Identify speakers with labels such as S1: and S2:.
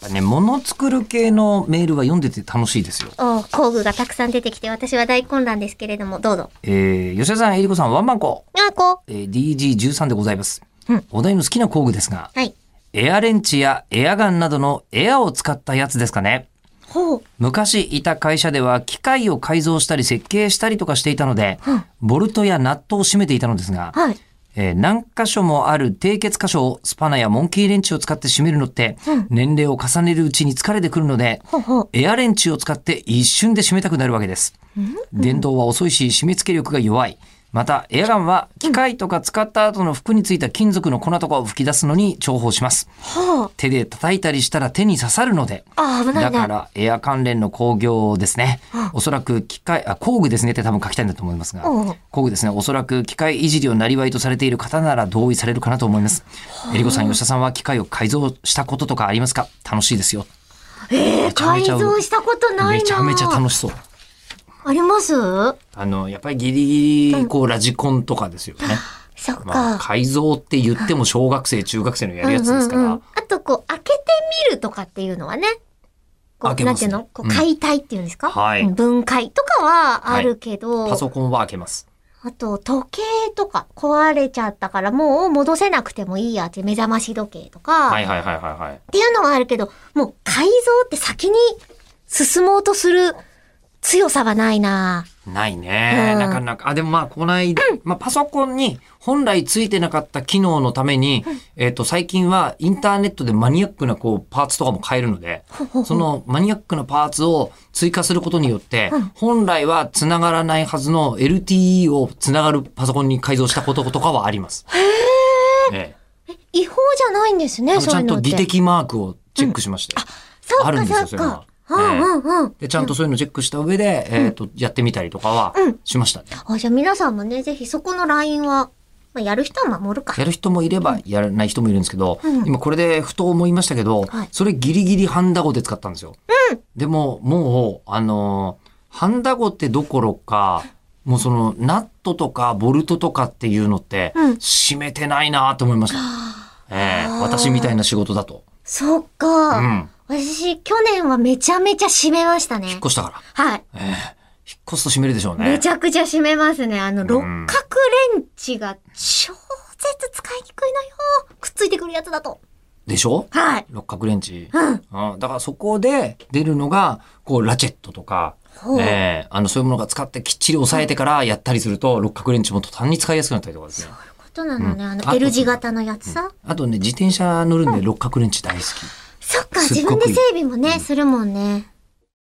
S1: ぱね、もの作る系のメールは読んでて楽しいですよ。
S2: お工具がたくさん出てきて、私は大混乱ですけれども、どうぞ。
S1: えー、吉田さん、えりこさん、ワンマンコ、
S2: あ、こ
S1: えー、DG13 でございます。
S2: うん
S1: お題の好きな工具ですが、
S2: う。はい。
S1: エアレンチやエアガンなどのエアを使ったやつですかね。
S2: ほう。
S1: 昔いた会社では機械を改造したり設計したりとかしていたので、ボルトやナットを締めていたのですが、
S2: はい。
S1: えー何箇所もある締結箇所をスパナやモンキーレンチを使って締めるのって、年齢を重ねるうちに疲れてくるので、
S2: ほうほう。
S1: エアレンチを使って一瞬で締めたくなるわけです。電動は遅いし締め付け力が弱い。またエアガンは機械とか使った後の服についた金属の粉とかを吹き出すのに重宝します。
S2: ほう。
S1: 手で叩いたりしたら手に刺さるので、
S2: あ、危ない
S1: だか
S2: ね。
S1: らエア関連の工業ですね。おそらく機械、あ、工具ですねって多分書きたいんだと思いますが
S2: うん、
S1: 工具ですね。おそらく機械いじりをなりわいとされている方なら同意されるかなと思います。えりこさん、吉田さんは機械を改造したこととかありますか楽しいですよ。
S2: えー、
S1: ちゃめ
S2: 改
S1: ちゃ
S2: 造したことな
S1: め
S2: いな。
S1: ちゃめちゃ楽しそう。
S2: あります
S1: あの、やっぱりギリギリ、こう、ラジコンとかですよね。
S2: そっ
S1: まあ、
S2: か。
S1: 改造って言っても小学生、中学生のやるやつですか
S2: うんうんうん
S1: ら。
S2: あと、こう、開けてみるとかっていうのはね。こ
S1: 開
S2: う、
S1: け
S2: なん
S1: ます
S2: ていう
S1: ね
S2: のこう
S1: うん
S2: 解体っていうんですか、
S1: はい
S2: うん分解とかはあるけど、
S1: パソコンは開けます。
S2: あと、時計とか壊れちゃったからもう戻せなくてもいいやって目覚まし時計とか、
S1: はい
S2: っ
S1: はいはいはいはい。
S2: ていうのはあるけど、もう改造って先に進もうとする強さがないな
S1: ないね、
S2: うん
S1: なかなか。あ、でもまあ、こない、まあ、パソコンに本来ついてなかった機能のために、えっ、と、最近はインターネットでマニアックなこう、パーツとかも買えるので、そのマニアックなパーツを追加することによって、本来は繋がらないはずの LTE を繋がるパソコンに改造したこととかはあります。ええ
S2: 違法じゃないんです
S1: あ
S2: ね、
S1: のち
S2: そう
S1: ゃ
S2: いうん
S1: と
S2: のって。
S1: 技的マークをチェックしまして。
S2: そう
S1: あるんですよ
S2: か、
S1: そ
S2: そ
S1: うういうの
S2: か
S1: は。
S2: うんうんうん。
S1: で、ちゃんとそういうのチェックした上で、えっ、と、やってみたりとかは
S2: うん
S1: しましたね。
S2: あじゃあ皆さんもね、ぜひそこのラインは、まあ、やる人は守るか。
S1: やる人もいればやらない人もいるんですけど、
S2: うん
S1: 今これでふと思いましたけど、
S2: はい
S1: それギリギリハンダゴで使ったんですよ。でももう、あのーハンダゴってどころか、もうそのナットとかボルトとかっていうのって、
S2: うん
S1: 締めてないなと思いました。ええ
S2: あー
S1: 私みたいな仕事だと。
S2: そっ
S1: う
S2: か、
S1: ん。
S2: 私、去年はめちゃめちゃ締めましたね。
S1: 引っ越したから。
S2: はい。
S1: ええ引っ越すと締めるでしょうね。
S2: めちゃくちゃ締めますね。あの、六角レンチが超絶使いにくいのよ。くっついてくるやつだと。
S1: でしょ
S2: はい。
S1: 六角レンチ。
S2: うん。
S1: うん、だからそこで出るのが、こう、ラチェットとか、
S2: ほう
S1: ええあの、そういうものが使ってきっちり押さえてからやったりすると、六角レンチも途端に使いやすくなったりとかですね。
S2: ことなのね、
S1: うん
S2: あの
S1: あ
S2: L 字型のやつさ。
S1: あとね、自転車乗るんで六角レンチ大好き。
S2: そっか、
S1: す
S2: 自
S1: っご
S2: 分
S1: く
S2: で
S1: いい
S2: 整備もね、するもんね。